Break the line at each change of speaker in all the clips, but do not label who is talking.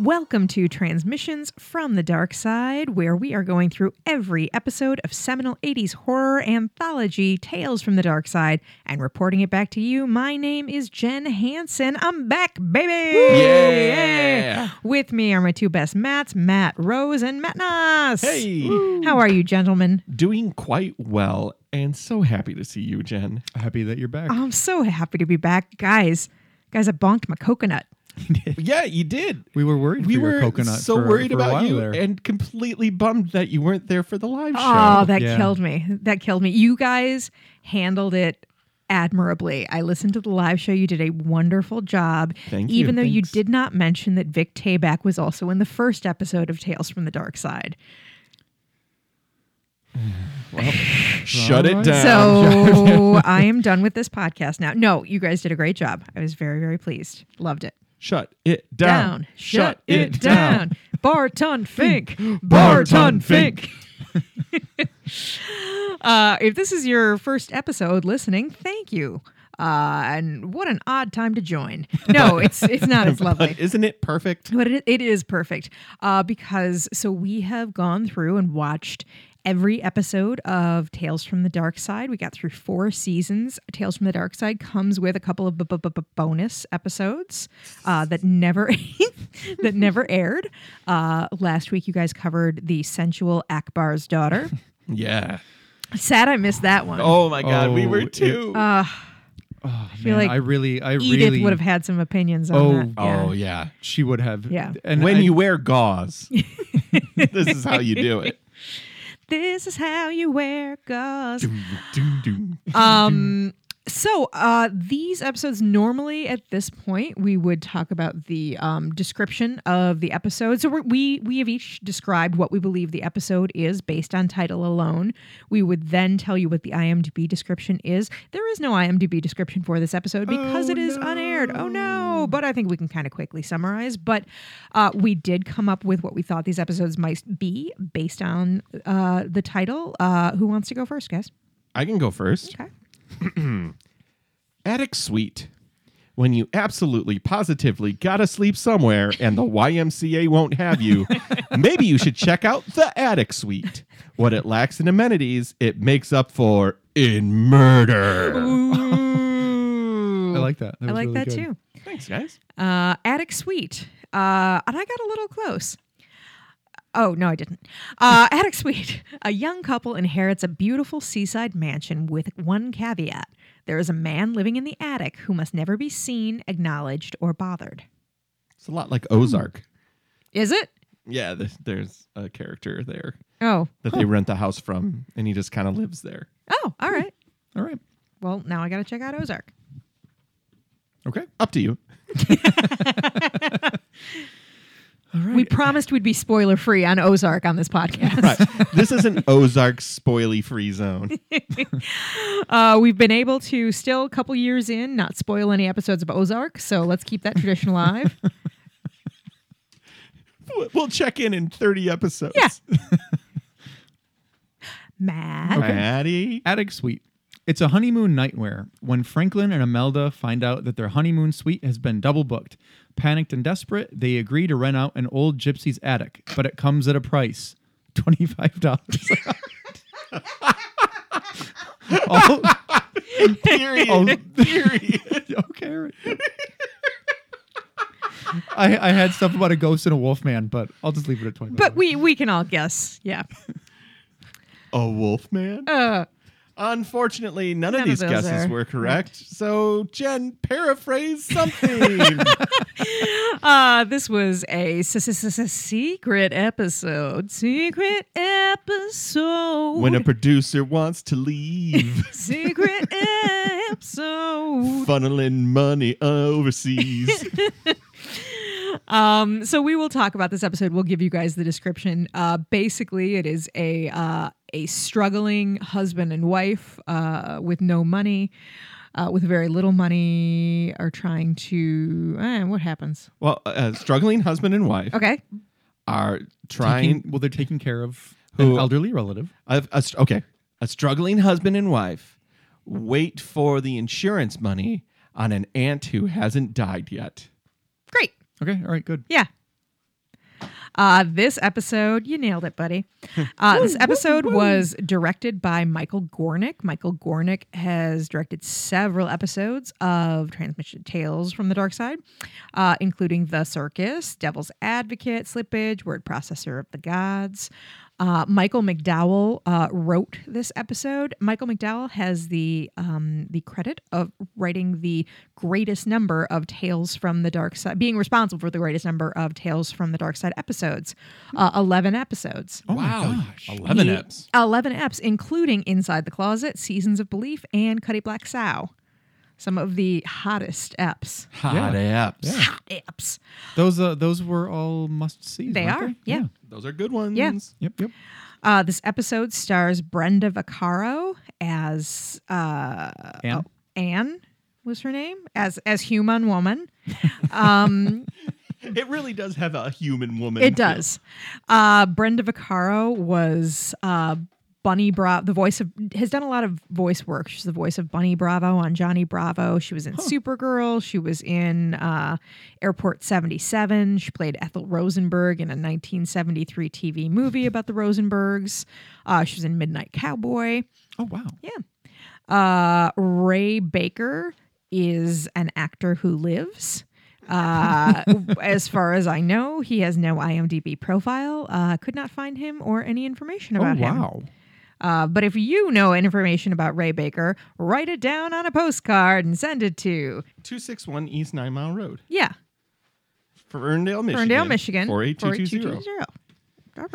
Welcome to Transmissions from the Dark Side, where we are going through every episode of seminal 80s horror anthology Tales from the Dark Side and reporting it back to you. My name is Jen Hansen. I'm back, baby!
Yeah!
Yay! With me are my two best Matts, Matt Rose and Matt Noss.
Hey!
How are you, gentlemen?
Doing quite well and so happy to see you, Jen.
Happy that you're
Uh-huh.
back.
I'm so happy to be back. Guys, guys, I bonked my coconut.
Yeah, you did.
we were worried
We
for your
were
coconut.
so
for-
worried
for a
about
while
you
there.
and completely bummed that you weren't there for the live
Oh,
show.
that
Yeah.
killed me. That killed me. You guys handled it admirably. I listened to the live show. You did a wonderful job.
Thank you.
even though you
Thanks.
did not mention that Vic Tabak was also in the first episode of Tales from the Dark Side.
Shut it
Alright.
down.
So I am done with this podcast now. No, you guys did a great job. I was very, very pleased. Loved it.
Shut it down.
Down. Shut it down. Barton Fink. Barton
Barton
Fink. uh, if this is your first episode listening, thank you. Uh, and what an odd time to join. No, it's it's not as lovely.
But isn't it perfect?
But it, it is perfect uh, because so we have gone through and watched every episode of Tales from the Dark Side. We got through four seasons. Tales from the Dark Side comes with a couple of b- b- b- bonus episodes uh, that never that never aired. Uh, last week, you guys covered the sensual Akbar's daughter.
Yeah.
Sad, I missed that one.
Oh my God, we were
it-
too.
Oh,
feel
man,
like
I really, I
Edith
really
would have had some opinions on
Oh,
that.
oh yeah.
She would have.
Yeah.
And
when
I-
you wear gauze, this is how you do it.
This is how you wear gauze.
Doom, doom.
Um, so uh, these episodes normally at this point we would talk about the um, description of the episode. So we're, we we have each described what we believe the episode is based on title alone. We would then tell you what the IMDb description is. There is no IMDb description for this episode because
Oh,
it is
no.
unaired. Oh no! But I think we can kind of quickly summarize. But uh, we did come up with what we thought these episodes might be based on uh, the title. Uh, who wants to go first, guys?
I can go first.
Okay.
Attic Suite. When you absolutely positively gotta sleep somewhere and the YMCA won't have you, maybe you should check out the Attic Suite. What it lacks in amenities, it makes up for in murder.
Ooh.
I like that. that
I
was
like
really
that
good.
too.
Thanks, guys.
Uh, attic suite. Uh, and I got a little close. Oh, no, I didn't. Uh, attic suite. A young couple inherits a beautiful seaside mansion with one caveat there is a man living in the attic who must never be seen, acknowledged, or bothered.
It's a lot like Ozark.
Is it?
Yeah, th- there's a character there
Oh.
that they rent the house from, and he just kind of lives there.
Oh,
Hmm.
all right.
All right.
Well, now I got to check out Ozark.
Okay.
Up to you.
All right.
We promised we'd be spoiler free on Ozark on this podcast.
Right. this is an Ozark spoily free zone.
Uh, we've been able to still a couple years in not spoil any episodes of Ozark, so let's keep that tradition alive.
We'll- We'll check in in 30 episodes.
Yeah. Matt,
Maddie.
Attic Suite. It's a honeymoon nightmare. When Franklin and Imelda find out that their honeymoon suite has been double booked, panicked and desperate, they agree to rent out an old gypsy's attic, but it comes at a price $25. all,
Period.
all-
Oh.
Period.
okay. all right. I, I had stuff about a ghost and a wolf man, but I'll just leave it at 25
but we we can all guess. Yeah.
A wolf man?
Uh,
Unfortunately, none,
none
of
of
these
those
guesses
are
were correct. So, Jen, paraphrase something.
uh, this was a s- s- s- s- secret episode. Secret episode.
when a producer wants to leave,
secret episode.
funneling money overseas.
Um, so we will talk about this episode. We'll give you guys the description. Uh, basically, it is a uh, a struggling husband and wife uh, with no money, uh, with very little money, are trying to. Eh, what happens?
well, uh, struggling husband and wife
Okay,
are
Taking-
trying.
well, they're taking care of
Who-
an elderly relative.
A, a str- okay. A struggling husband and wife wait for the insurance money on an aunt who hasn't died yet.
great.
Okay. All right. Good.
Yeah. Uh, this episode, you nailed it, buddy. Uh, this episode was directed by Michael Gornick. Michael Gornick has directed several episodes of Transmission Tales from the Dark Side, uh, including The Circus, Devil's Advocate, Slippage, Word Processor of the Gods. Uh, Michael McDowell uh, wrote this episode. Michael McDowell has the um, the credit of writing the greatest number of Tales from the Dark Side, being responsible for the greatest number of Tales from the Dark Side episodes, uh, eleven episodes.
Oh
wow.
my gosh.
11
He-
eps.
11 eps, including Inside the Closet, Seasons of Belief, and Cuddy Black Sow. Some of the hottest eps.
Hot eps.
Yeah.
Hot eps.
Those uh, those were all must see.
They are, yeah.
Those are good ones.
Yeah.
Yep. Yep.
Uh, this episode stars Brenda Vaccaro as uh,
Anne?
Anne was her name as as human woman. Um,
It really does have a human woman.
it
feel.
does. Uh, Brenda Vaccaro was uh, Bunny Bravo. The voice of has done a lot of voice work. She's the voice of Bunny Bravo on Johnny Bravo. She was in Supergirl. She was in uh, Airport '77. She played Ethel Rosenberg in a 1973 TV movie about the Rosenbergs. Uh, she was in Midnight Cowboy.
Oh wow.
Uh, Ray Baker is an actor who lives. Uh, as far as I know, he has no IMDb profile. Uh, could not find him or any information
Oh
about him.
wow.
Uh, but if you know information about Ray Baker, write it down on a postcard and send it to
261 East Nine Mile Road,
yeah,
Ferndale, Michigan.
Ferndale, Michigan,
48220.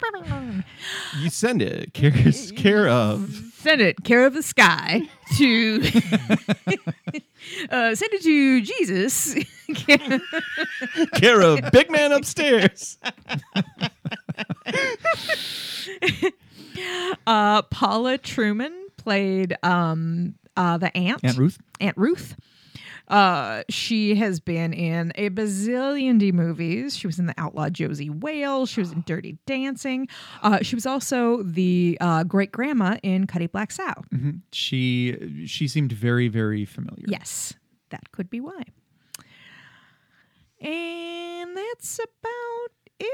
48220.
You send it. Cares care of.
send it care of the sky to uh, send it to jesus
Care of big man upstairs.
uh, paula truman played um, uh, the aunt
Aunt Ruth.
Aunt Ruth. Uh, she has been in a bazillion D movies. She was in The Outlaw Josie Whale. She was in Dirty Dancing. Uh, she was also the uh, great grandma in Cuddy Black Sow.
Mhm. She she seemed very very familiar.
Yes, that could be why. And that's about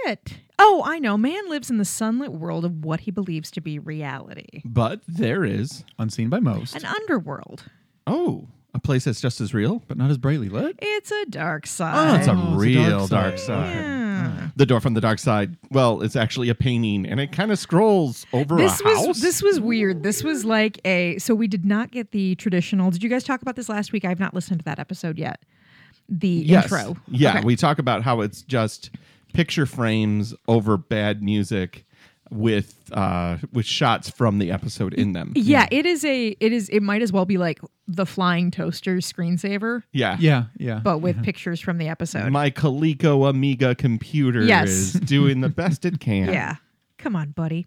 it. Oh, I know. Man lives in the sunlit world of what he believes to be reality,
But there is,
Unseen by most,
an underworld.
oh, a place that's just as real.
but not as brightly lit.
It's a dark
Oh,
side.
it's a
Oh, it's a
real
dark
dark side.
side.
Yeah.
The door from the dark side. Well, it's actually a painting, and it kind of scrolls over
this
a
was
house.
this was weird. This was like a so we did not get the traditional. Did you guys talk about this last week? I've not listened to that episode yet. The
yes.
intro.
Yeah,
Okay.
we talk about how it's just picture frames over bad music with uh with shots from the episode in them.
yeah, it is a it is it might as well be like the flying toaster screensaver,
Yeah.
Yeah. Yeah.
but with
Mm-hmm.
pictures from the episode.
My Coleco Amiga computer
Yes.
is doing the best it can.
Yeah. Come on, buddy.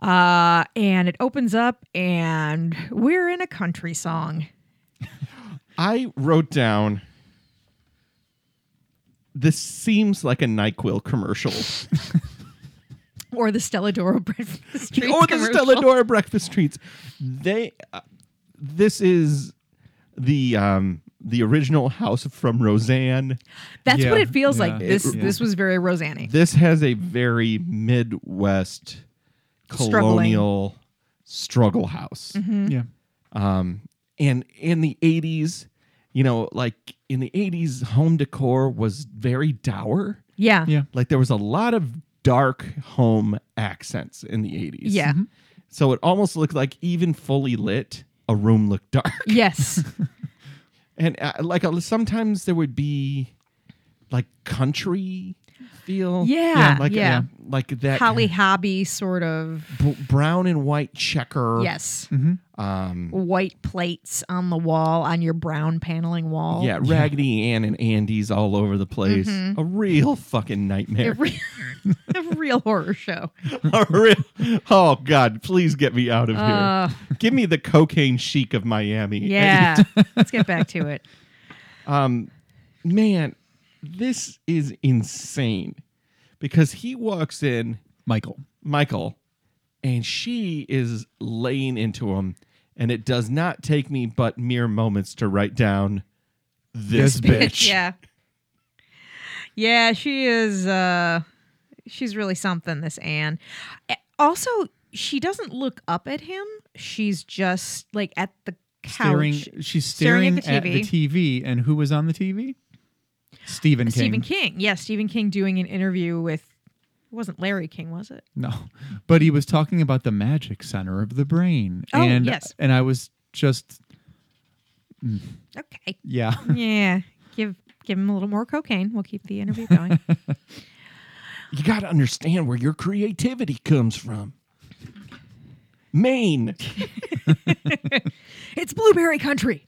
uh and it opens up and we're in a country song.
I wrote down this seems like a NyQuil commercial.
Or the Stella Doro breakfast. Treats
or the
commercial.
Stella Dora breakfast treats. They uh, this is the um the original house from Roseanne.
That's what
Yeah,
it feels
yeah.
like. This
It-
this was very Rosanny.
This has a very Midwest
Struggling. Mm-hmm.
colonial struggle house.
hmm.
yeah.
Um, and in the 80s, you know, like in the 80s, home decor was very dour.
Yeah.
Yeah.
Like there was a lot of dark home accents in the 80s.
Yeah.
So it almost looked like, even fully lit, a room looked dark.
Yes.
And uh, like uh, sometimes there would be like country feel.
Yeah,
Like, uh,
yeah.
like that
Holly Hobby sort of.
b- brown and white checker.
Yes.
Um,
White plates on the wall, on your brown paneling wall.
Yeah, Raggedy Ann and Andy's all over the place.
Mm-hmm.
A real fucking
A
nightmare.
re- a real horror show.
A real- oh God, please get me out of here.
Uh,
Give me the cocaine chic of Miami.
yeah. Let's get back to it.
And, um, man, this is insane. Because he walks in,
Michael.
Michael, and she is laying into him, and it does not take me but mere moments to write down this, bitch.
yeah. Yeah, she is uh she's really something this Anne. A- Also, she doesn't look up at him. She's just like at the couch.
Staring, she's
staring
staring,
at the
at, the TV. and who was on the TV? Stephen King.
Stephen King. Yeah, Stephen King doing an interview with it wasn't Larry King, was it?
No, but he was talking about the magic center of the brain,
Oh,
and
yes.
and I was just
Okay.
yeah.
Yeah. Give give him a little more cocaine. We'll keep the interview going.
You got to understand where your creativity comes from. Maine.
it's blueberry country.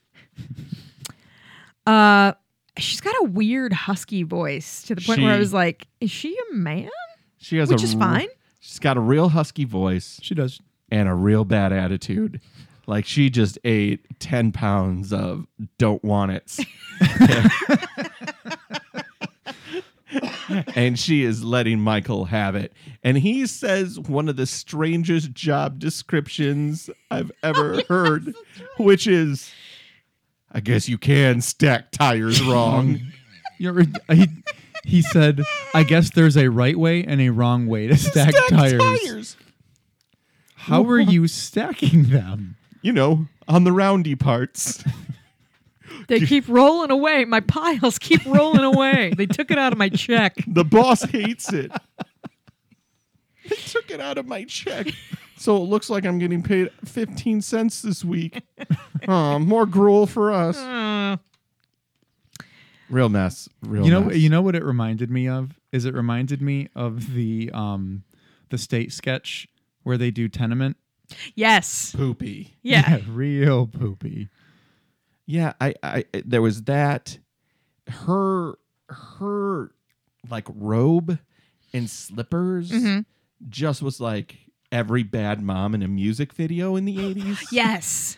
Uh she's got a weird husky voice to the point where I
She-
was like, is she a man?
She has
Which
a
is
r-
fine.
She's got a real husky voice
She does.
and a real bad attitude. Like she just ate 10 pounds of don't want it. and she is letting Michael have it. And he says one of the strangest job descriptions I've ever heard, which is I guess you can stack tires wrong.
You're, he, he said, "I guess there's a right way and a wrong way to stack, tires. How are you stacking them?
You know, on the roundy parts.
They keep rolling away. My piles keep rolling away. They took it out of my check.
The boss hates it. They took it out of my check. So it looks like I'm getting paid 15 cents this week. Aw, more gruel for us.
Uh,
Real mess. Real
you know,
mess.
you know what it reminded me of is it reminded me of the um, the state sketch where they do tenement.
yes.
poopy.
Yeah.
real poopy.
Yeah, I, I there was that her her like robe and slippers just was like every bad mom in a music video in the 80s.
Yes.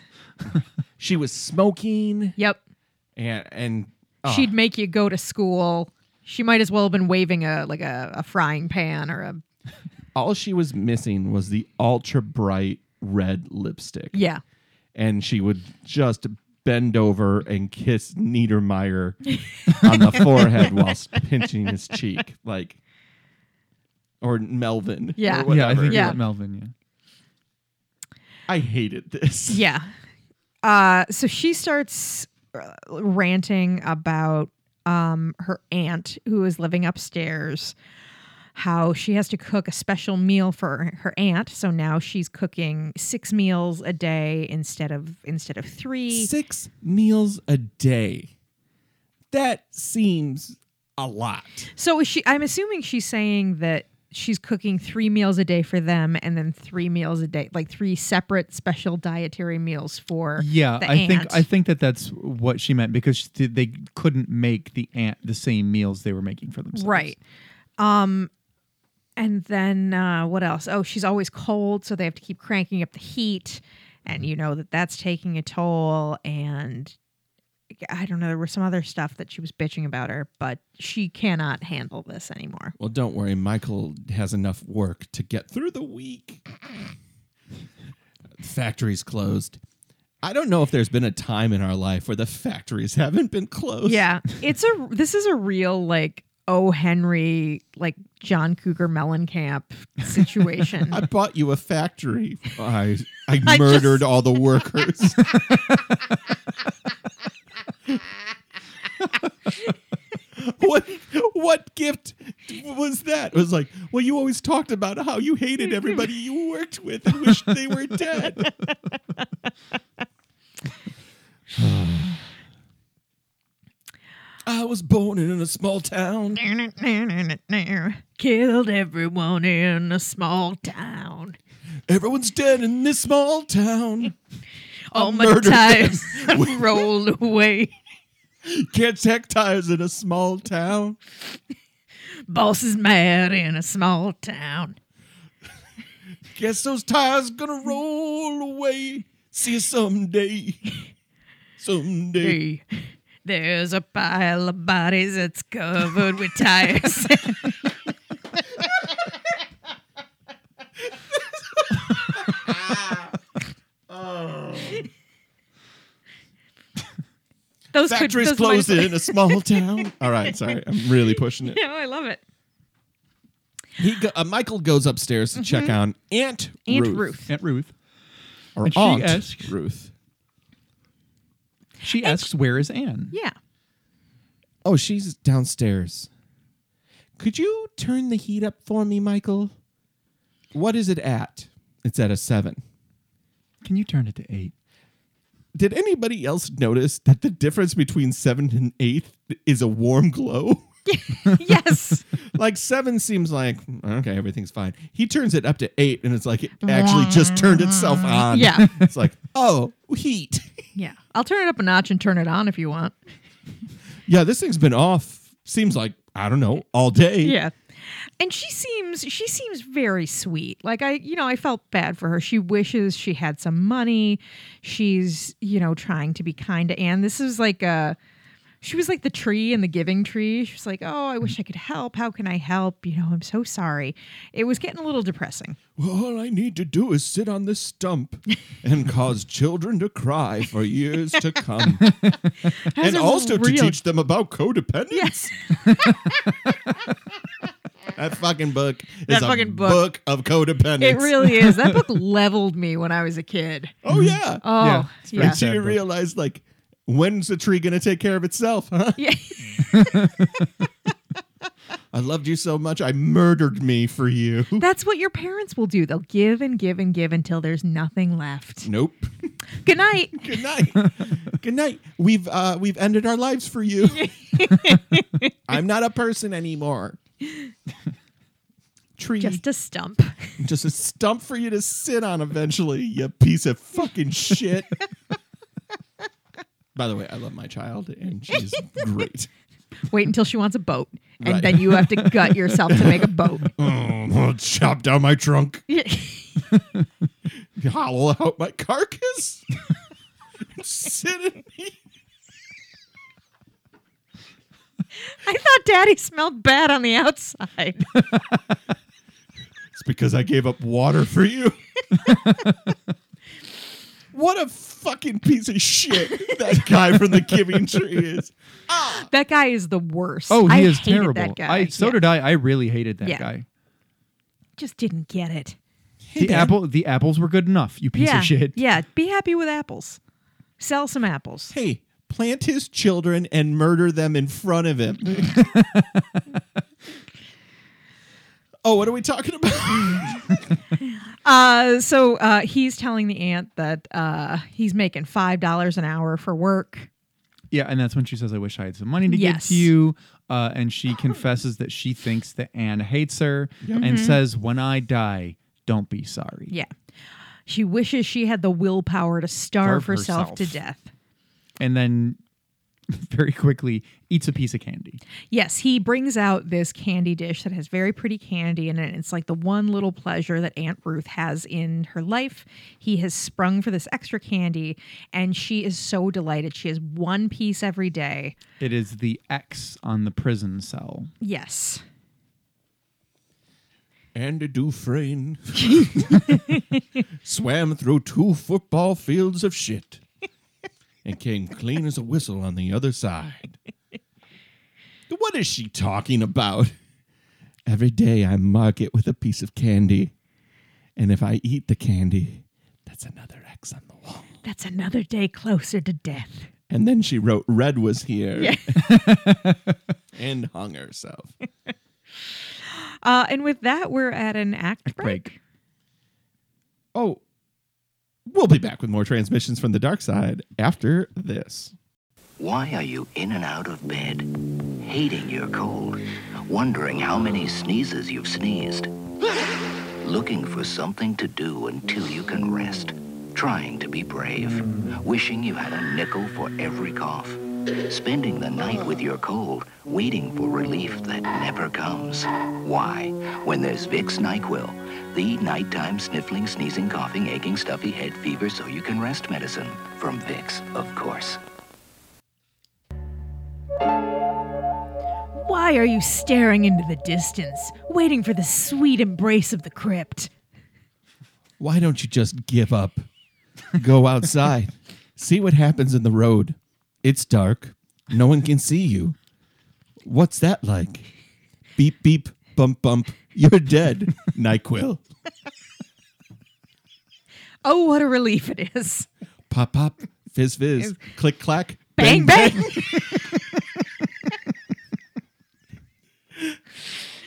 She was smoking
Yep.
and and oh,
She'd make you go to school. She might as well have been waving a like a, a frying pan or a
all she was missing was the ultra bright red lipstick.
yeah.
And she would just bend over and kiss Niedermeyer on the forehead whilst pinching his cheek. Like or Melvin.
Yeah.
Or whatever.
Yeah, I think
Yeah.
yeah. Melvin. Yeah.
I hated this.
Yeah. Uh, so she starts uh, ranting about um, her aunt who is living upstairs, how she has to cook a special meal for her aunt. So now she's cooking six meals a day instead of instead of three.
Six meals a day. That seems a lot.
So is she? I'm assuming she's saying that she's cooking three meals a day for them, and then three meals a day, like three separate special dietary meals for
Yeah,
the
I
aunt.
think I think that that's what she meant because she- they couldn't make the ant the same meals they were making for themselves.
Right. Um and then uh what else? Oh, she's always cold, so they have to keep cranking up the heat and you know that that's taking a toll and I don't know, there were some other stuff that she was bitching about her, but she cannot handle this anymore.
Well, don't worry. Michael has enough work to get through the week. Factory's closed. I don't know if there's been a time in our life where the factories haven't been closed.
Yeah. It's a this is a real like O. Henry, like John Cougar Mellencamp situation.
I bought you a factory. I I
I
murdered
just-
all the workers. what what gift was that? It was like, well, you always talked about how you hated everybody you worked with and wished they were dead. I was born in a small town.
Killed everyone in a small town.
Everyone's dead in this small town.
All my
murdered
tires rolled away.
Can't tack tires in a small town.
Boss is mad in a small town.
Guess those tires gonna roll away. See you someday. Someday.
Hey, there's a pile of bodies that's covered with tires. Those could-
Factories
those
closed
might-
in a small town. All right, sorry, I'm really pushing it.
Yeah, I love it.
He go, uh, Michael goes upstairs to check on Aunt
Mm-hmm. Aunt
Ruth,
Ruth.
Aunt Ruth.
or
And she
Aunt
asks-
Ruth.
She asks, "Where is Anne?"
Yeah.
Oh, she's downstairs. Could you turn the heat up for me, Michael? What is it at? It's at a seven.
Can you turn it to eight?
Did anybody else notice that the difference between seven and eight is a warm glow?
yes.
like seven seems like okay, everything's fine. He turns it up to eight, and it's like it actually just turned itself on.
Mm. Yeah.
it's like oh, heat.
Yeah. I'll turn it up a notch and turn it on if you want.
yeah, this thing's been off. Seems like I don't know all day.
Yeah. And she seems she seems very sweet. Like I, you know, I felt bad for her. She wishes she had some money. She's, you know, trying to be kind to Anne. This is like a she was like the tree in the giving tree. She was like, "Oh, I wish I could help. How can I help? You know, I'm so sorry." It was getting a little depressing.
Well, all I need to do is sit on this stump and cause children to cry for years to come, and
Has a
also to
real-
teach them about codependence.
Yes.
That fucking book is
That
a
fucking book.
of codependence.
It really is. That book leveled me when I was a kid.
oh yeah.
Oh,
Yeah, it's very
yeah.
And so
Sad
you
book.
realize like when's the tree gonna take care of itself, huh?
Yeah.
I loved you so much I murdered me for you.
That's what your parents will do. They'll give and give and give until there's nothing left.
Nope.
Good night.
Good night. Good night. We've uh we've ended our lives for you. I'm not a person anymore. Tree.
Mm.
Just a stump.
just a stump for you to sit on eventually, you piece of fucking shit. By the way, I love my child and she's great.
Wait until she wants a boat, and
Right.
then you have to gut yourself to make a boat.
Mm, I'll chop down my trunk,
Mm.
hollow out my carcass, and sit in me.
I thought Daddy smelled bad on the outside.
It's because I gave up water for you. what a fucking piece of shit that guy from the Giving Tree is.
That guy is the worst.
Oh, he
I
is
hated
terrible.
That guy.
I so
Yeah.
did I. I really hated that
Yeah.
guy.
Just didn't get it.
Hey,
The
Dad.
apple, the apples were good enough. You piece
yeah.
of shit.
Yeah. Be happy with apples. Sell some apples.
Hey, plant his children and murder them in front of him. oh, what are we talking about?
Uh, so uh, he's telling the aunt that uh, he's making five dollars an hour for work.
Yeah, and that's when she says, "I wish I had some money to give
Yes.
to you." Uh, and she confesses that she thinks that Anne hates her, and
Mm-hmm.
says, "When I die, don't be sorry."
Yeah. She wishes she had the willpower to starve
Starve
herself to
herself.
death.
And then, very quickly, eats a piece of candy.
Yes, he brings out this candy dish that has very pretty candy in it. It's like the one little pleasure that Aunt Ruth has in her life. He has sprung for this extra candy, and she is so delighted. She has one piece every day.
It is the X on the prison cell.
Yes.
Andy Dufresne swam through two football fields of shit and came clean as a whistle on the other side. What is she talking about? Every day I mark it with a piece of candy, and if I eat the candy, that's another X on the wall.
That's another day closer to death.
And then she wrote, Red was here. and hung herself.
Uh, and with that, we're at an act, break.
break.
Oh, we'll be back with more transmissions from the dark side after this.
Why are you in and out of bed, hating your cold, wondering how many sneezes you've sneezed, looking for something to do until you can rest, trying to be brave, wishing you had a nickel for every cough, spending the night with your cold, waiting for relief that never comes? Why, when there's Vicks NyQuil, the nighttime sniffling, sneezing, coughing, aching, stuffy head fever so you can rest medicine from Vicks, of course.
Why are you staring into the distance, waiting for the sweet embrace of the crypt?
Why don't you just give up? Go outside, see what happens in the road, It's dark. No one can see you. What's that like? Beep, beep, bump, bump. You're dead. NyQuil.
Oh, what a relief it is.
Pop, pop. Fizz, fizz. Click, clack.
Bang, bang.
bang.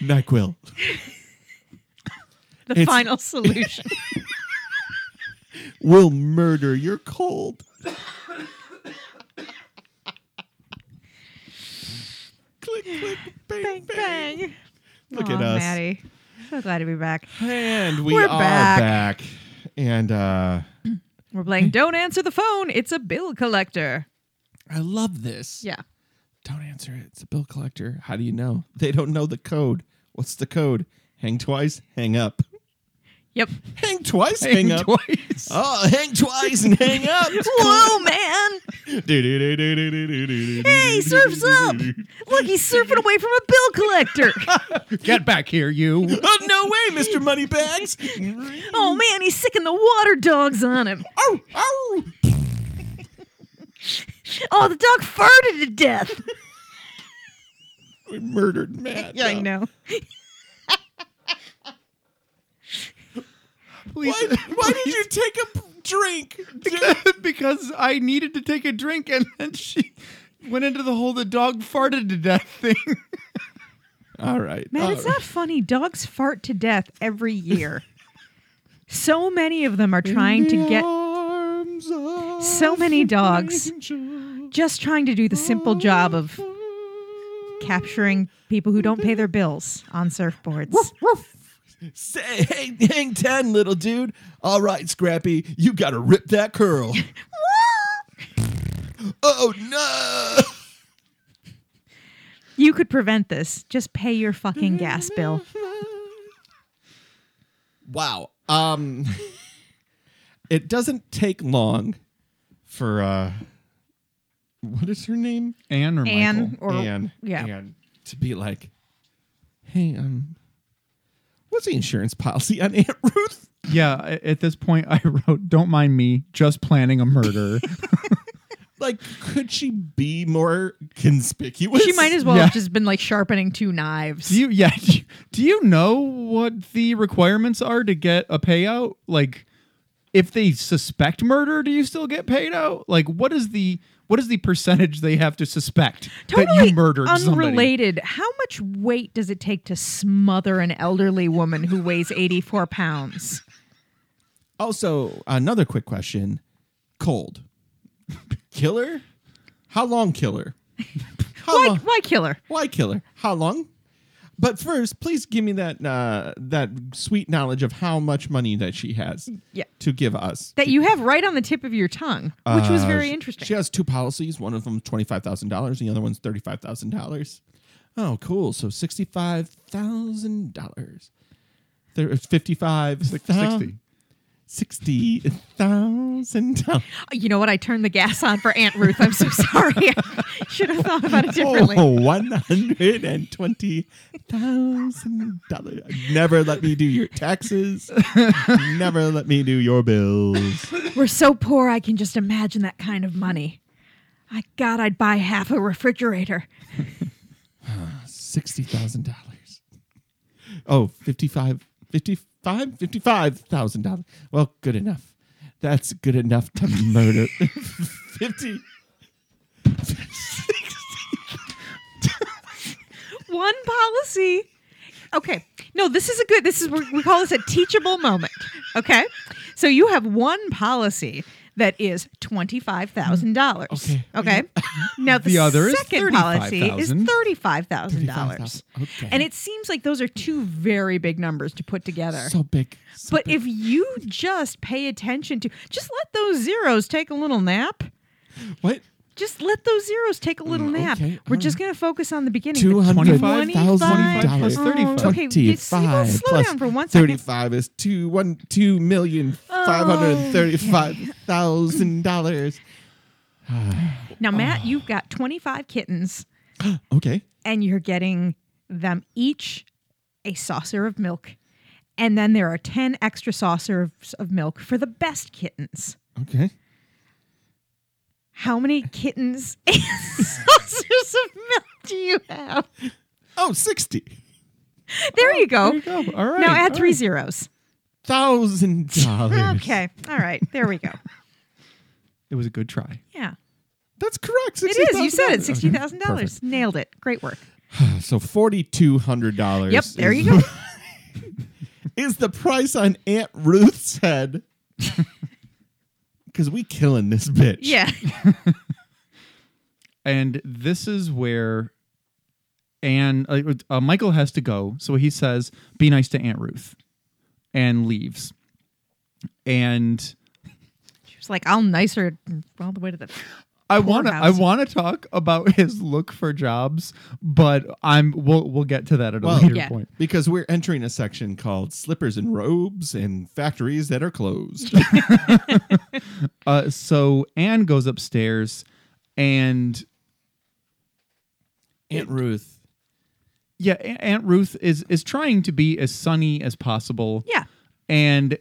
NyQuil.
the
It's-
final solution.
We'll murder your cold. click, click,
bang,
bang, bang.
bang.
Look
Aw,
at us.
Maddie. So glad to be back.
And we
We're
are
back.
back. And uh,
We're playing Don't Answer the Phone. It's a bill collector.
I love this.
Yeah.
Don't answer it. It's a bill collector. How do you know? They don't know the code. What's the code? Hang twice, hang up.
Yep.
Hang twice, hang, up.
twice.
Oh, hang twice and hang up.
Whoa, man. Hey,
hey,
surf's up. Look, he's surfing away from a bill collector.
Get back here, you.
Oh, no way, Mr. Moneybags.
Oh, man, he's sicking the water dogs on him.
Ow, ow.
Oh, the dog farted to death.
We murdered Matt.
Yeah, I know.
Please.
Why, why did you take a p- drink?
because I needed to take a drink and then she went into the whole the dog farted to death thing.
All right.
Man,
all
it's not funny. Dogs fart to death every year. so many of them are trying to get so many dogs just trying to do the simple job of capturing people who don't pay their bills on surfboards.
Say, hang, hang 10, little dude. All right, Scrappy, you gotta rip that curl. oh, no.
You could prevent this. Just pay your fucking gas bill.
Wow. Um, it doesn't take long for, uh, what is her name?
Anne or
Anne
Michael?
or
Anne.
yeah.
Anne, to be like, hey, um, what's the insurance policy on Aunt Ruth?
Yeah, a- at this point I wrote, Don't mind me, just planning a murder.
Like, could she be more conspicuous?
She might as well
Yeah.
have just been like sharpening two knives.
do you yeah, do you- do you know what the requirements are to get a payout? Like if they suspect murder, do you still get paid out? Like what is the what is the percentage they have to suspect that
totally
you murdered somebody?
unrelated. How much weight does it take to smother an elderly woman who weighs 84 pounds?
Also, another quick question: Cold, killer? How long, killer? How
Why,
long?
why kill her?
Why killer? How long? But first, please give me that uh, that sweet knowledge of how much money that she has
Yeah.
to give us.
That you have right on the tip of your tongue, which was
Uh,
very
sh-
interesting.
She has two policies. One of them twenty five thousand dollars. The other one's thirty five thousand dollars. Oh, cool. So sixty five thousand dollars. There's fifty five.
Sixty.
Sixty thousand dollars.
You know what? I turned the gas on for Aunt Ruth. I'm so sorry. I should have thought about it differently.
Oh, one hundred and twenty thousand dollars. Never let me do your taxes. Never let me do your bills.
We're so poor, I can just imagine that kind of money. I God, I'd buy half a refrigerator.
Sixty thousand dollars. Oh, fifty-five, fifty-five, fifty-five thousand dollars. Well, good enough. That's good enough to murder fifty.
One policy. Okay. No, this is a good. This is we call this a teachable moment. Okay. So you have one policy that is twenty five thousand dollars. Okay.
Okay.
Now the,
The other is
second policy is
$35,000.
thirty five thousand dollars.
$35,000. Okay.
And it seems like those are two very big numbers to put together.
So big. So
But
big.
if you just pay attention to, just let those zeros take a little nap.
what?
Just let those zeros take a little nap.
Mm, okay,
We're
all
just going to focus on the beginning. the
Two hundred
25,000
thousand dollars.
plus 35.
Oh, okay, just- you know, slow down for one second.
Thirty-five is two one two million five hundred thirty-five thousand dollars.
Now,
Oh.
Matt, you've got 25 kittens
Okay.
and you're getting them each a saucer of milk. And then there are 10 extra saucers of milk for the best kittens.
Okay.
how many kittens and saucers of milk do you have?
Oh, 60.
There you go.
Oh, There you go. All right.
Now add
all
three
right.
zeros.
Thousand dollars.
Okay. All right. There we go.
It was a good try.
Yeah.
That's correct.
It is. You said it.
$60,000.
$60,000. Nailed it. Great work.
So $4,200.
Yep. There
is-
you go.
Is the price on Aunt Ruth's head. Because we killing this bitch.
Yeah.
And this is where Anne, uh, uh, Michael has to go. So he says, Be nice to Aunt Ruth and leaves. And
She was like, I'll nicer all the way to the.
I want to I
house.
want to talk about his look for jobs, but I'm we'll we'll get to that at a
Well-
later
Yeah.
point.
Because we're entering a section called slippers and robes and factories that are closed.
Uh, so Anne goes upstairs, and
Aunt Ruth.
yeah, A- Aunt Ruth is is trying to be as sunny as possible.
Yeah.
and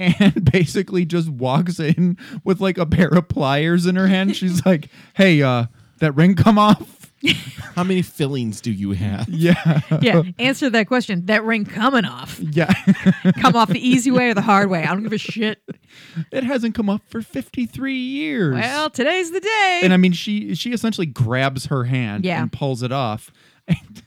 and basically just walks in with like a pair of pliers in her hand. She's like, "Hey, uh, that ring come off."
How many fillings do you have?
Yeah,
Yeah. Answer that question. That ring coming off.
yeah.
Come off the easy way or the hard way. I don't give a shit.
it hasn't come off for fifty three years.
Well, today's the day.
and I mean, she she essentially grabs her hand
Yeah.
and pulls it off, and,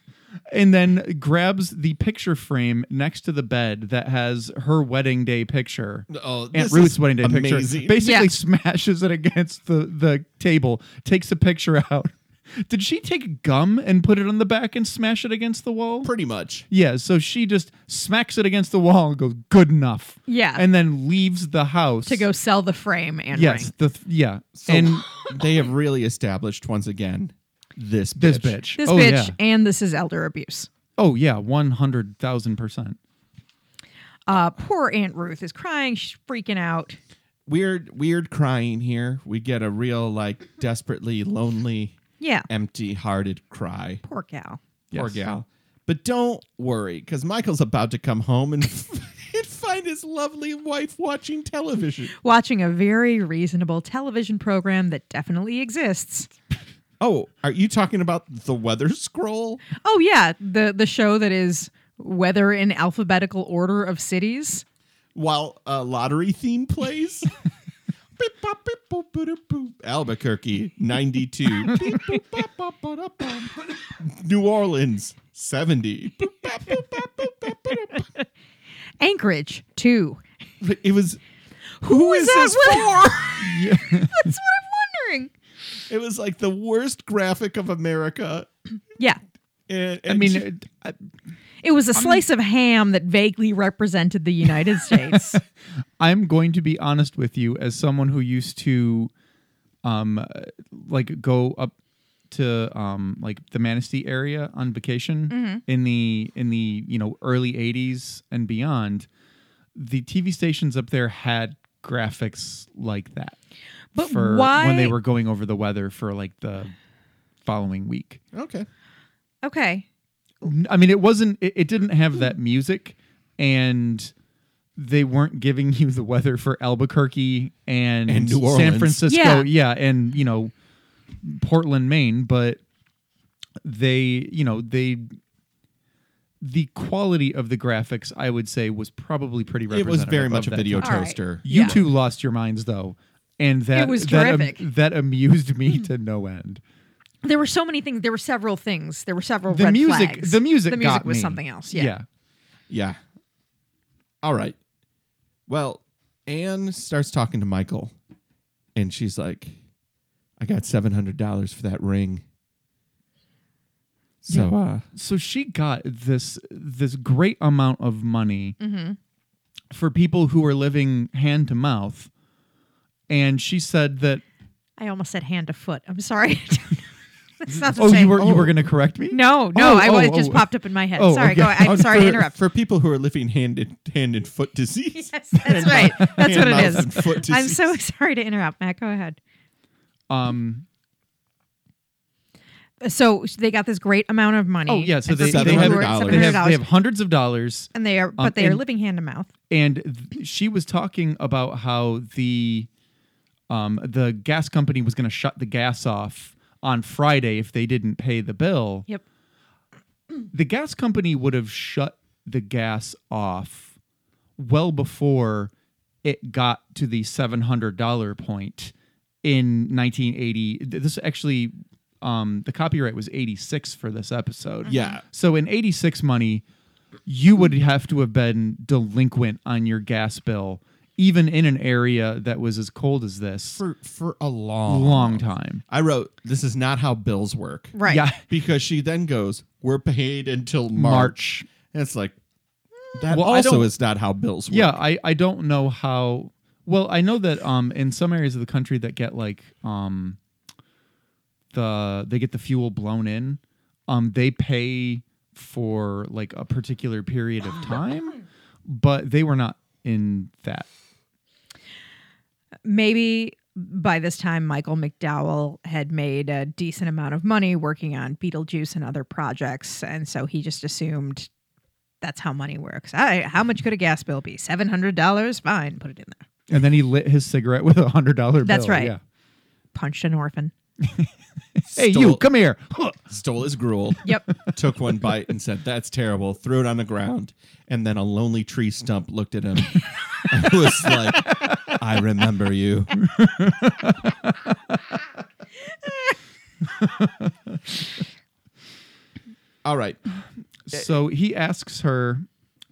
and then grabs the picture frame next to the bed that has her wedding day picture.
Oh,
Aunt
this
Ruth's
is
wedding day
amazing.
picture. Basically
Yeah.
smashes it against the, the table, takes a picture out. Did she take gum and put it on the back and smash it against the wall?
Pretty much.
Yeah, so she just smacks it against the wall and goes, good enough.
Yeah.
And then leaves the house.
to go sell the frame and
Yes,
ring.
the th- yeah.
So
and
they have really established once again this bitch.
this bitch.
This
oh,
bitch
Yeah.
and this is elder abuse.
Oh, yeah, 100,000%.
Uh, poor Aunt Ruth is crying. She's freaking out.
Weird, weird crying here. We get a real, like, desperately lonely,
Yeah.
empty hearted cry.
Poor gal.
Poor
Yes.
gal. But don't worry, because Michael's about to come home and, and find his lovely wife watching television.
Watching a very reasonable television program that definitely exists.
Oh, are you talking about the weather scroll?
Oh yeah, the the show that is weather in alphabetical order of cities.
while a lottery theme plays. Beep, bop, beep, boop, boop, boop. Albuquerque, 92. Beep, boop, bop, bop, ba, da, bum. New Orleans, 70. Boop, bop, boop, bop, boop, bop, ba, da, bum.
Anchorage too.
But It was
Who
is this
that with- That's what I'm wondering.
it was like the worst graphic of America.
Yeah.
And,
I
and
mean,
she-
it- I-
It was a slice of ham that vaguely represented the United States.
I'm going to be honest with you as someone who used to um uh, like go up to um like the Manistee area on vacation in the in the you know early 80s and beyond the TV stations up there had graphics like that
But
for
why-
when they were going over the weather for like the following week
okay.
okay.
I mean, it wasn't. It, it didn't have that music, and they weren't giving you the weather for Albuquerque and,
And New
San
Orleans.
Francisco.
Yeah.
and you know, Portland, Maine. But they, you know, they. The quality of the graphics, I would say, was probably pretty.
It
Representative
was very much
of
a
that
video
time.
All right.
toaster.
You
Yeah.
two lost your minds though, and that
was
that, am-
terrific. Hmm.
that amused me to no end.
There were so many things. There were several things. There were several
The
red
music,
flags.
the music,
The music
got
was
me.
something else. Yeah.
yeah.
Yeah. All right. Well, Anne starts talking to Michael, and she's like, I got $700 for that ring. So, uh,
so she got this this great amount of money
Mm-hmm.
for people who are living hand to mouth and she said that
I almost said hand to foot. I'm sorry. That's not the
oh
same.
you were you were going to correct me
No, no,
Oh,
I was
oh,
just
oh.
popped up in my head.
Oh,
sorry,
okay.
go. I'm
uh,
sorry
for,
to interrupt.
For people who are living hand and, hand and foot disease.
yes, that's right. That's what it
Hand, mouth, and
is.
foot
I'm
disease.
so sorry to interrupt, Matt. Go ahead.
um
So they got this great amount of money.
oh yeah so
and
they,
for
they,
people
have,
who are at
$700.
they have
$700,
they have hundreds of dollars
and they are, but
um,
they are
and-
living hand to mouth.
and th- she was talking about how the um, the gas company was going to shut the gas off on Friday if they didn't pay the bill.
Yep.
The gas company would have shut the gas off well before it got to the $700 point in 1980. Th- This actually, um, the copyright was 86 for this episode.
Yeah.
So in 86 money, you would have to have been delinquent on your gas bill, even in an area that was as cold as this
For for a
a
long
long time.
I wrote, This is not how bills work.
Right.
Yeah.
Because she then goes, We're paid until March.
March.
And it's like that
Well, I
also
don't-
is not how bills work.
Yeah, I, I don't know how well I know that um in some areas of the country that get like um the they get the fuel blown in, um they pay for like a particular period of time, but they were not in that.
Maybe by this time, Michael McDowell had made a decent amount of money working on Beetlejuice and other projects. And so he just assumed that's how money works. I, how much could a gas bill be? $700? Fine. Put it in there.
And then he lit his cigarette with a hundred dollar bill.
That's right.
Yeah.
Punched an orphan.
Hey,
Stole-
you come here.
stole his gruel.
Yep.
took one bite and said, That's terrible, threw it on the ground. And then a lonely tree stump looked at him and was like, I remember you. All right.
So he asks her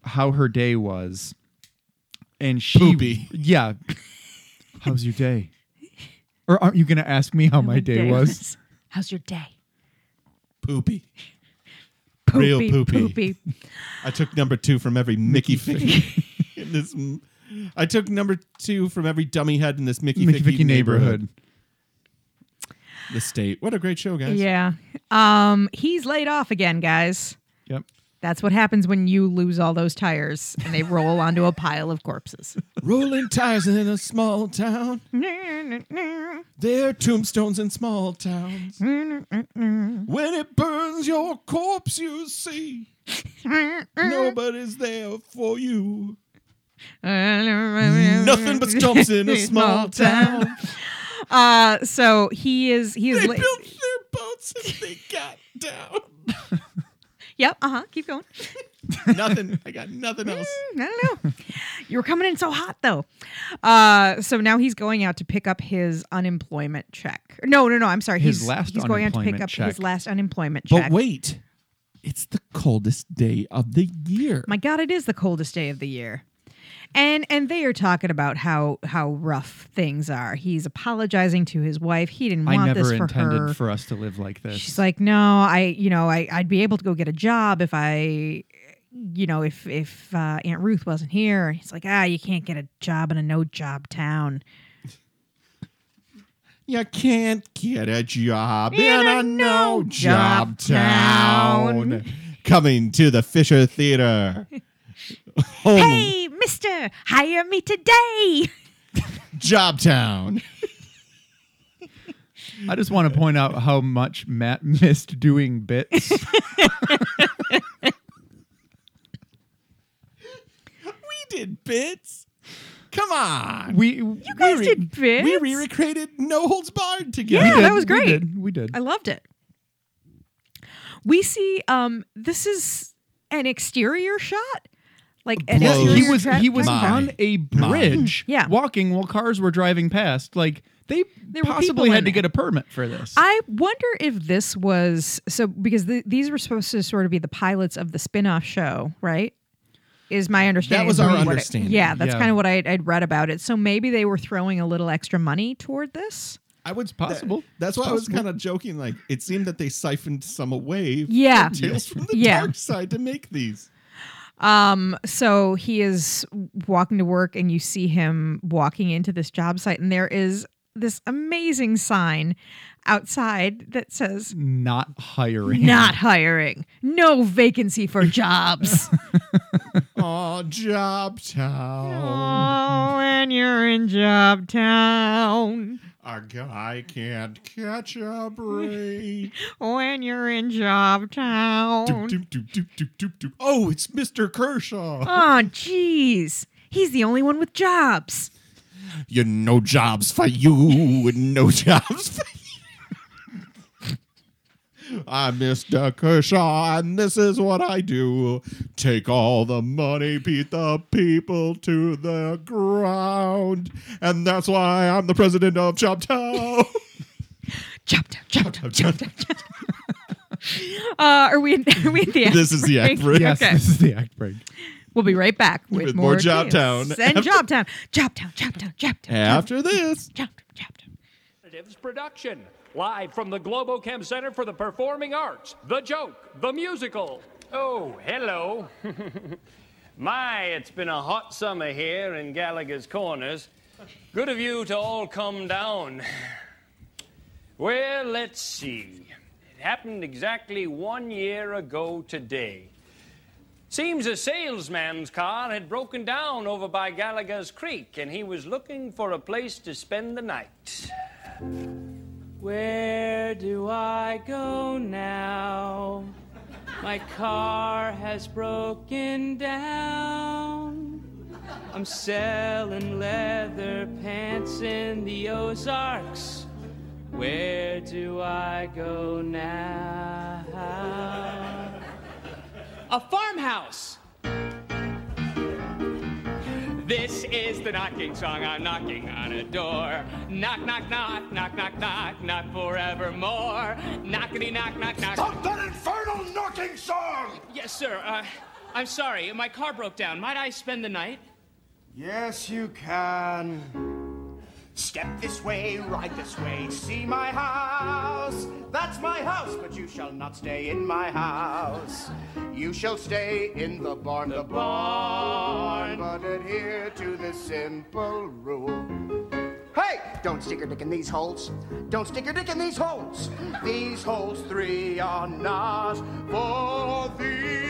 how her day was, and she
Poopy.
yeah. How's your day? Or aren't you gonna ask me how my day was?
How's your day?
Poopy. Real poopy.
poopy.
I took number two from every Mickey Ficky in this. m- I took number two from every dummy head in this Mickey,
Mickey
Ficky,
Vicky
neighborhood.
neighborhood.
The state. What a great show, guys.
Yeah. Um, he's laid off again, guys.
Yep.
That's what happens when you lose all those tires and they roll onto a pile of corpses.
Rolling tires in a small town. Their tombstones in small towns. when it burns your corpse, you see. Nobody's there for you. Nothing but stumps in a small town.
Uh, so he is. He is.
They
la-
built their boats and they got down.
yep. Uh huh. Keep going.
nothing. I got nothing else.
I don't know. you were coming in so hot though. Uh, so now he's going out to pick up his unemployment check. No, no, no. I'm sorry.
His
he's,
last
He's going out to pick
unemployment
up
check.
his last unemployment
But
check.
wait, it's the coldest day of the year.
My God, it is the coldest day of the year. And and they are talking about how how rough things are. He's apologizing to his wife. He didn't want
I
this
never
for
intended
her.
for us to live like this.
She's like, no, I you know I I'd be able to go get a job if I you know if if uh, Aunt Ruth wasn't here. He's like, ah, you can't get a job in a no job town.
You can't get a job in,
In
a,
a
no job
no-job
town. Coming to the Fisher Theater. Home
Hey, Mister, hire me today.
Job Town.
I just want to point out how much Matt missed doing bits.
We did bits. Come on.
we
You guys did bits.
We re recreated No Holds Barred together.
Yeah,
did,
that was great.
We did. We did.
I loved it. We see um this is an exterior shot. Like an
Blows
exterior
he was
track-
he was
track-
My.
on a bridge
Yeah.
walking while cars were driving past like they
There were people
possibly
in
had to
there.
get a permit for this
I wonder if this was so because th these were supposed to sort of be the pilots of the spin-off show, right? Is my understanding.
That was
of
our
what it-
understanding.
yeah, that's
Yeah.
kind of what I, I'd read about it. So maybe they were throwing a little extra money toward this.
I would
possible.
that's why I was kind of joking. Like it seemed that they siphoned some away. from
Yeah.
Tales from the
Yeah.
dark side to make these.
Um, so he is walking to work, and you see him walking into this job site, and there is this amazing sign outside that says
not hiring
"Not hiring, no vacancy for jobs."
Oh, Job Town.
oh, when you're in Job Town,
A guy can't catch a break.
when you're in Job
Doop,
Town.
doop, doop, doop, doop, doop, doop. Oh,
Uh.
it's Mr. Kershaw.
Oh, jeez, he's the only one with jobs.
You no jobs for you, and no jobs for you. I'm Mr. Kershaw, and this is what I do. Take all the money, beat the people to the ground. And that's why I'm the president of Choptown.
Chop down, chop down, chop down. Uh, are we? In, are we in the? Act
This is the
break?
act break.
Yes,
Okay.
this is the act break.
We'll be right back with,
With more
Job
Jobtown.
And Jobtown, Jobtown, Jobtown, Jobtown.
After this,
Jobtown, Jobtown.
Alternatives production, live from the Globochem Center for the Performing Arts. The joke, the musical. Oh, hello. My, it's been a hot summer here in Gallagher's Corners. Good of you to all come down. Well, let's see. It happened exactly one year ago today. Seems a salesman's car had broken down over by Gallagher's Creek, and he was looking for a place to spend the night. Where do I go now? My car has broken down. I'm selling leather pants in the Ozarks. Where do I go now? A farmhouse! This is the knocking song. I'm knocking on a door. Knock, knock, knock, knock, knock, knock, knock forevermore. Knockety, knock, knock, knock. Stop that infernal knocking song! Yes, sir. Uh, I'm sorry. My car broke down. Might I spend the night?
Yes, you can. Step this way, right this way, see my house. That's my house, but you shall not stay in my house. You shall stay in the barn, the, barn. But adhere to this simple rule. Hey! Don't stick your dick in these holes. Don't stick your dick in these holes. These holes three are not for thee.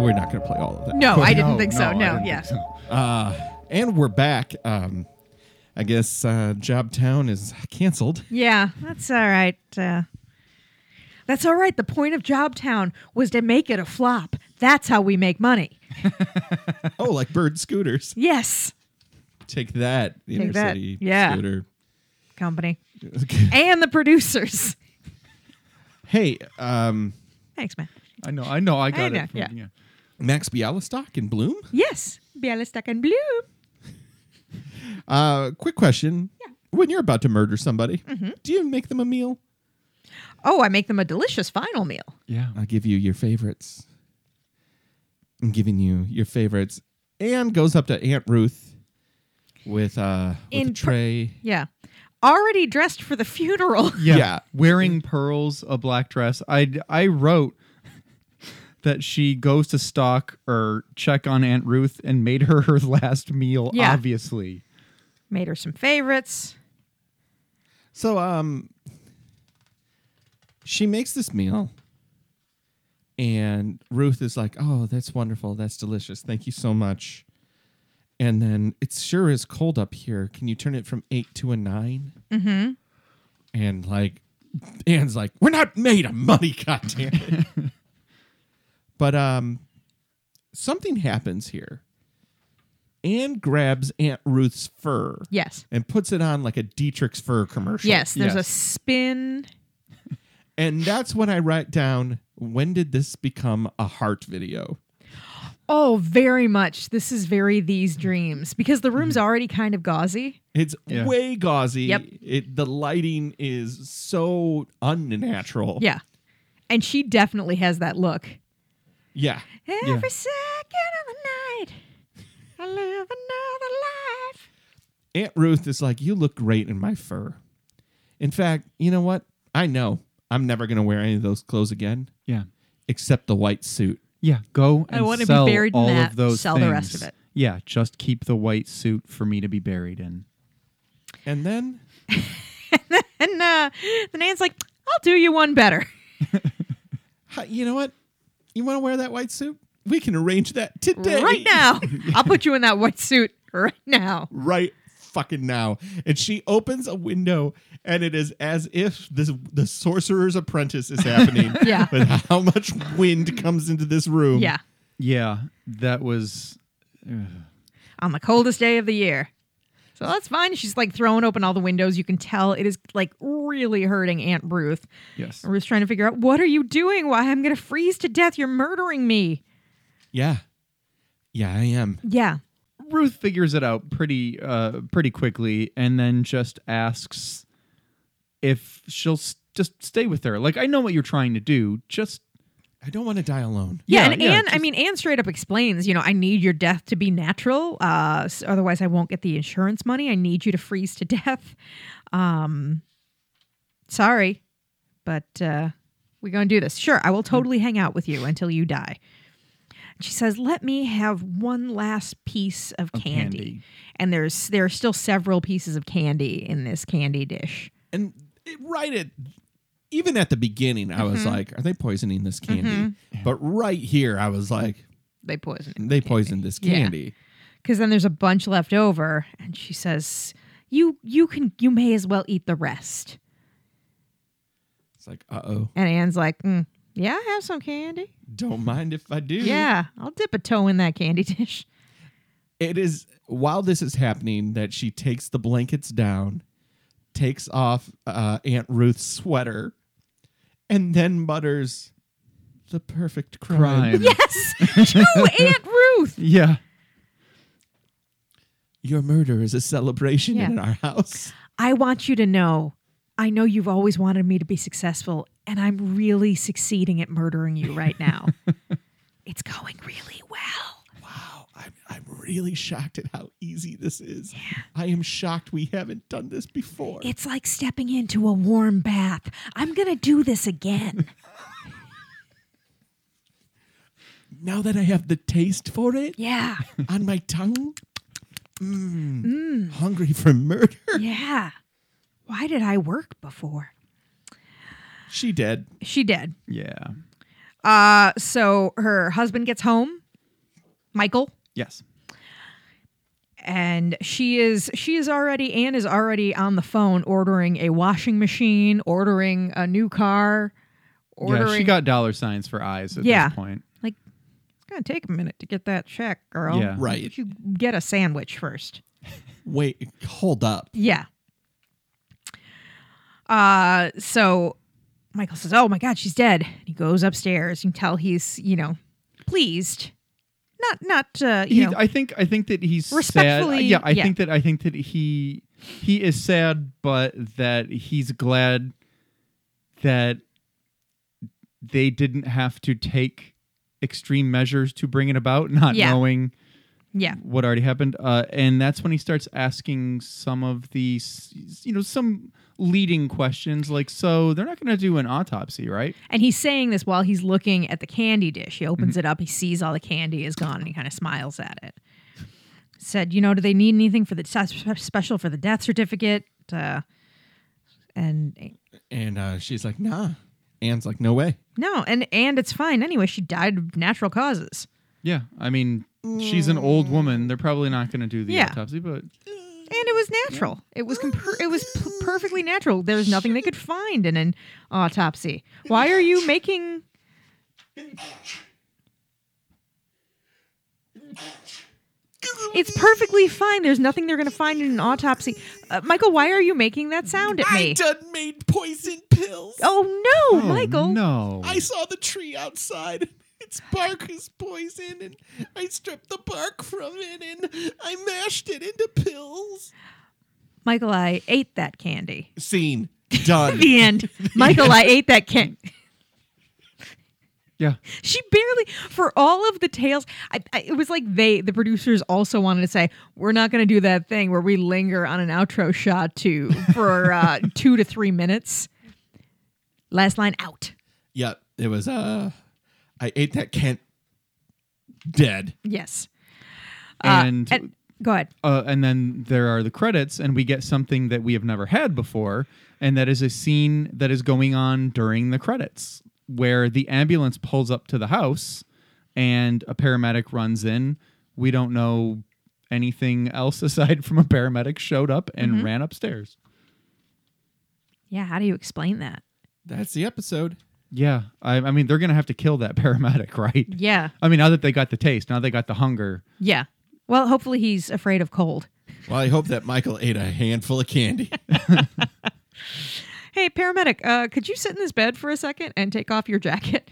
we're not going to play all of that.
No, I didn't think so.
I
No,
didn't
yeah.
think so.
And we're back. Um, I guess uh, Jobtown is canceled.
Yeah, that's all right. Uh, that's all right. The point of Jobtown was to make it a flop. That's how we make money.
Oh, like bird scooters.
Yes,
Take that, the
Take
inner
that.
city
Yeah.
scooter.
company. and the producers.
Hey, um,
Thanks, man.
I know, I know, I got
know,
it. From,
yeah.
yeah.
Max Bialystock in Bloom.
Yes, Bialystok and Bloom.
Uh, quick question. When you're about to murder somebody,
Mm-hmm.
do you make them a meal?
Oh, I make them a delicious final meal.
Yeah.
I'll give you your favorites. I'm giving you your favorites. Anne goes up to Aunt Ruth with, uh, with a
In pr-
tray.
Yeah, already dressed for the funeral.
Yeah.
Yeah.
Wearing pearls, a black dress. I, I wrote that she goes to stalk or check on Aunt Ruth and made her her last meal,
Yeah.
obviously.
Made her some favorites.
So um she makes this meal and Ruth is like, "Oh, that's wonderful. That's delicious. Thank you so much." And then it sure is cold up here. Can you turn it from 8 to a 9? Mhm. And like Anne's like, "We're not made of money, goddamn it." but um something happens here. Anne grabs Aunt Ruth's fur
Yes.
and puts it on like a Dietrich's fur commercial.
Yes, there's a
Yes.
spin.
And that's when I write down when did this become a heart video?
Oh, very much. This is very these dreams because the room's already kind of gauzy.
It's
Yeah.
way gauzy.
Yep.
It the lighting is so unnatural.
Yeah. And she definitely has that look.
Yeah.
Every second of the night, I live another life.
Aunt Ruth is like, "You look great in my fur." In fact, you know what? I know I'm never going to wear any of those clothes again
Yeah.
except the white suit.
Yeah, go and
I wanna be
sell
buried in
all
that,
of those
sell the rest
things.
of it.
Yeah, just keep the white suit for me to be buried in.
And then
And uh, the nan's like, I'll do you one better.
"Huh, you know what? You want to wear that white suit? We can arrange that today.
Right now. I'll put you in that white suit right now.
right fucking now. And she opens a window, and it is as if this the Sorcerer's Apprentice is happening.
Yeah.
With how much wind comes into this room.
Yeah.
Yeah, that was
on the coldest day of the year. So that's fine. She's like throwing open all the windows. You can tell it is like really hurting Aunt Ruth.
yes.
Ruth's trying to figure out what are you doing? Why I'm gonna freeze to death. You're murdering me.
Yeah. Yeah, I am.
Yeah.
Ruth figures it out pretty uh pretty quickly and then just asks if she'll s- just stay with her. Like I know what you're trying to do, just
I don't want to die alone.
Yeah,
Yeah,
and
yeah,
Anne, I
just-
mean, Anne straight up explains, you know, I need your death to be natural. Uh, s- otherwise, I won't get the insurance money. I need you to freeze to death. Um, sorry, but uh, we're going to do this. Sure, I will
Mm-hmm.
totally hang out with you until you die. And She says, "Let me have one last piece of candy.
candy.
and there's there are still several pieces of candy in this candy dish.
And it, right at even at the beginning, I
Mm-hmm.
was like, "Are they poisoning this candy?" But right here, I was like,
They poison it.
"They poisoned this
Yeah.
candy."
because then there's a bunch left over and she says you you can you may as well eat the rest
It's like, "Uh oh,
and anne's like mm, yeah i have some candy
don't mind if I do."
yeah i'll dip a toe in that candy dish
It is while this is happening that she takes the blankets down, takes off uh, Aunt Ruth's sweater, and then mutters, "The perfect crime."
crime.
yes true aunt ruth
yeah.
Your murder is a celebration
Yeah.
in our house.
i want you to know i know you've always wanted me to be successful and i'm really succeeding at murdering you right now it's going really well
Wow, Oh, I'm, I'm really shocked at how easy this is. I am shocked we haven't done this before.
it's like stepping into a warm bath i'm gonna do this again
now that I have the taste for it
yeah
on my tongue, mm, hungry for murder.
Yeah. Why did I work before?
She did.
She did.
Yeah.
Uh, so her husband gets home, Michael,
Yes.
and she is she is already Anne is already on the phone ordering a washing machine, ordering a new car, ordering.
Yeah, she got dollar signs for eyes at
Yeah.
this point.
like it's gonna take a minute to get that check, girl.
Yeah.
Right.
You get a sandwich first.
Wait, hold up.
Yeah. Uh so Michael says, "Oh my god, she's dead." He goes upstairs. You can tell he's, you know, pleased. Not not uh, you
He,
know,
I think I think that he's
Respectfully,
sad. Yeah, I
yeah.
think that I think that he he is sad, but that he's glad that they didn't have to take extreme measures to bring it about, not
Yeah.
knowing
yeah.
what already happened. Uh, and that's when he starts asking some of the s- you know some leading questions like, so they're not going to do an autopsy, right?
And he's saying this while he's looking at the candy dish. He opens it up, he sees all the candy is gone, and he kind of smiles at it. Said, "You know, do they need anything for the spe- special for the death certificate?" Uh, and
And uh, she's like, nah. Anne's like, no way.
no, and and it's fine anyway. She died of natural causes.
Yeah, I mean. She's an old woman. They're probably not going to do the
Mm. Yeah.
autopsy, but
and it was natural. It was comp- it was p- perfectly natural. There was nothing they could find in an autopsy. Why are you making? It's perfectly fine. There's nothing they're going to find in an autopsy. Uh, Michael, why are you making that sound at me?
done made poison pills.
oh no,
Oh,
Michael!
No.
saw the tree outside. Its bark is poison, and I stripped the bark from it, and I mashed it into pills.
Michael, I ate that candy.
Scene done.
The end. Michael, I ate that candy.
Yeah.
She barely, for all of the tales, I, I, it was like they, the producers also wanted to say, we're not going to do that thing where we linger on an outro shot to for uh, two to three minutes. Last line out.
Yep, it was. Uh, I ate that Kent dead.
Yes. Uh,
And
and- go ahead.
uh, and then there are the credits, and we get something that we have never had before, and that is a scene that is going on during the credits where the ambulance pulls up to the house and a paramedic runs in. We don't know anything else aside from a paramedic showed up and
Mm-hmm.
ran upstairs.
Yeah. How do you explain that?
That's the episode.
Yeah, I, I mean they're gonna have to kill that paramedic, right?
Yeah.
I mean, now that they got the taste, now they got the hunger.
Yeah. Well, hopefully he's afraid of cold.
Well, I hope that Michael ate a handful of candy.
Hey, paramedic, uh, could you sit in this bed for a second and take off your jacket?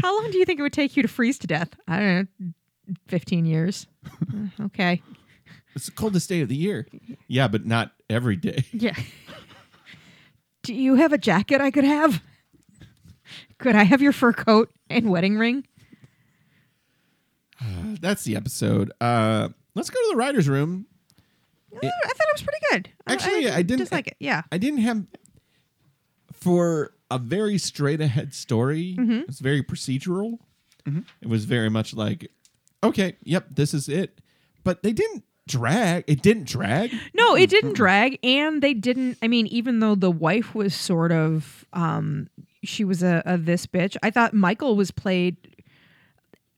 How long do you think it would take you to freeze to death? I don't know, 15 years. Mm, okay.
It's the coldest day of the year. Yeah, but not every day.
Yeah. do you have a jacket I could have? Could I have your fur coat and wedding ring?
That's the episode. Uh, let's go to the writer's room.
Uh, I thought it was pretty good.
Actually, I didn't-
dislike it. Yeah.
I didn't have for a very straight ahead story. It's very procedural. It was very much like, okay, yep, this is it. But they didn't drag. It didn't drag.
No, it didn't drag, and they didn't. I mean, even though the wife was sort of, um, she was a, a this bitch. I thought Michael was played.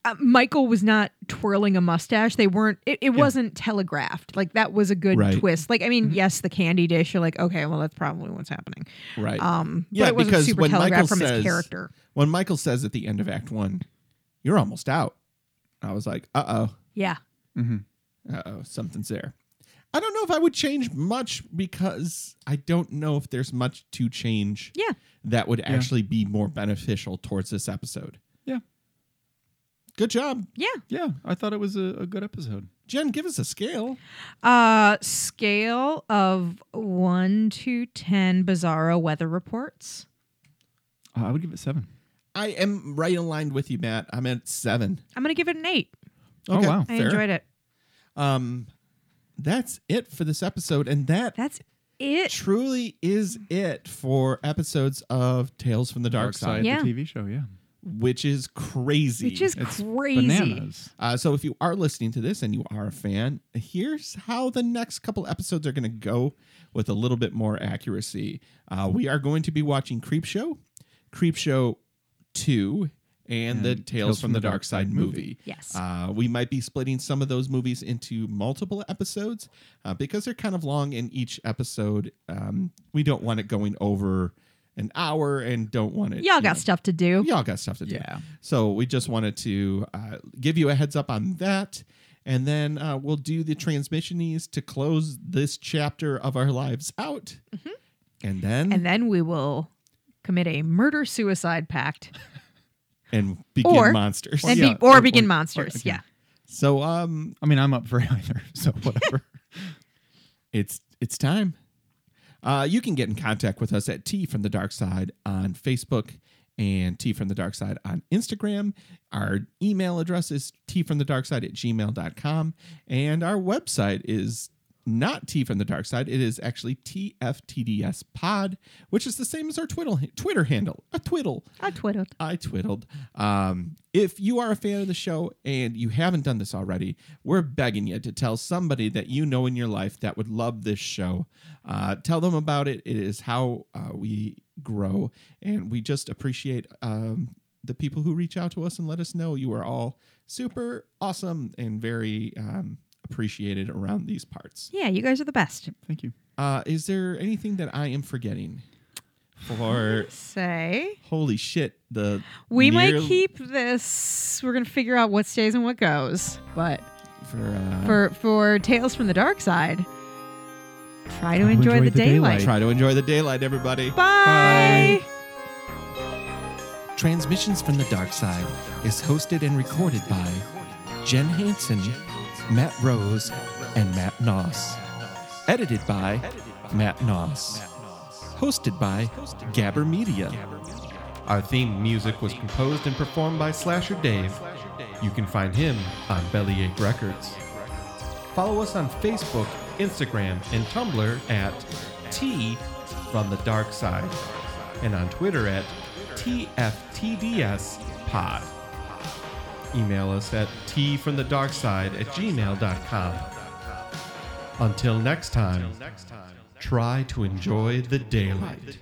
Uh, Michael was not twirling a mustache. They weren't. It, it wasn't telegraphed. Like that was a good
Right.
twist. Like I mean, yes, the candy dish. You're like, okay, well, that's probably what's happening.
Right.
Um, but it wasn't super telegraphed from his character.
when Michael says at the end of Act One, "You're almost out," I was like, "Uh oh,
Yeah.
uh oh, something's there." I don't know if I would change much because I don't know if there's much to change.
Yeah.
that would actually be more beneficial towards this episode.
Yeah,
Good job,
Yeah.
yeah. I thought it was a, a good episode.
Jen. Give us a scale.
Uh, scale of one to ten Bizarro weather reports.
Uh, I would give it seven.
I am right aligned with you, Matt. I'm at seven.
I'm gonna give it an eight.
Oh, wow.
I enjoyed it.
Um, that's it for this episode, and that
That's it.
truly is it for episodes of Tales from the Dark, Side,
Yeah.
the TV show. Yeah,
which is crazy.
Which is
It's
crazy.
bananas.
uh, so if you are listening to this and you are a fan, here's how the next couple episodes are going to go with a little bit more accuracy. Uh, we are going to be watching Creepshow, Creepshow 2, and, the Tales, from, the Dark Side movie.
Yes.
Uh, we might be splitting some of those movies into multiple episodes uh, because they're kind of long in each episode. Um, we don't want it going over an hour and don't want it.
Y'all
you know,
got stuff to do.
y'all got stuff to do.
Yeah.
So we just wanted to uh, give you a heads up on that. And then uh, we'll do the transmissionies to close this chapter of our lives out. And
Mm-hmm.
then
And
and,
then we will commit a murder suicide pact
begin
Or-
monsters.
and
yeah,
be, or,
or-
begin
or-
monsters.
or- okay.
Yeah.
So um,
I mean, I'm up for it either. So whatever.
it's it's time. Uh, you can get in contact with us at T from the Dark Side on Facebook and T from the Dark Side on Instagram. Our email address is T from the Dark Side at gmail.com. And our website is not T from the Dark Side. It is actually TFTDS Pod, which is the same as our twiddle, Twitter handle. A twiddle.
I twiddled.
I twiddled. Um, if you are a fan of the show and you haven't done this already, we're begging you to tell somebody that you know in your life that would love this show. Uh, tell them about it. It is how uh, we grow, and we just appreciate um, the people who reach out to us and let us know you are all super awesome and very um, appreciated around these parts.
Yeah, you guys are the best.
Thank you.
Uh, is there anything that I am forgetting? For
Say
holy shit, the
we might
near-
keep this. We're gonna figure out what stays and what goes. But
for. Uh,
for for Tales from the Dark Side, try to enjoy, the, daylight.
Try to enjoy the daylight, everybody.
Bye.
Transmissions from the Dark Side is hosted and recorded by Jen Hansen, Matt Rose, and Matt Noss. Edited by Matt Noss. Hosted by Gabber Media. Our theme music was composed and performed by Slasher Dave. You can find him on Bellyache Records. Follow us on Facebook, Instagram, and Tumblr at T from the Dark Side, and on Twitter at TFTDS Pod. Email us at T from the Dark Side at gmail.com. Until next time, try to enjoy the daylight.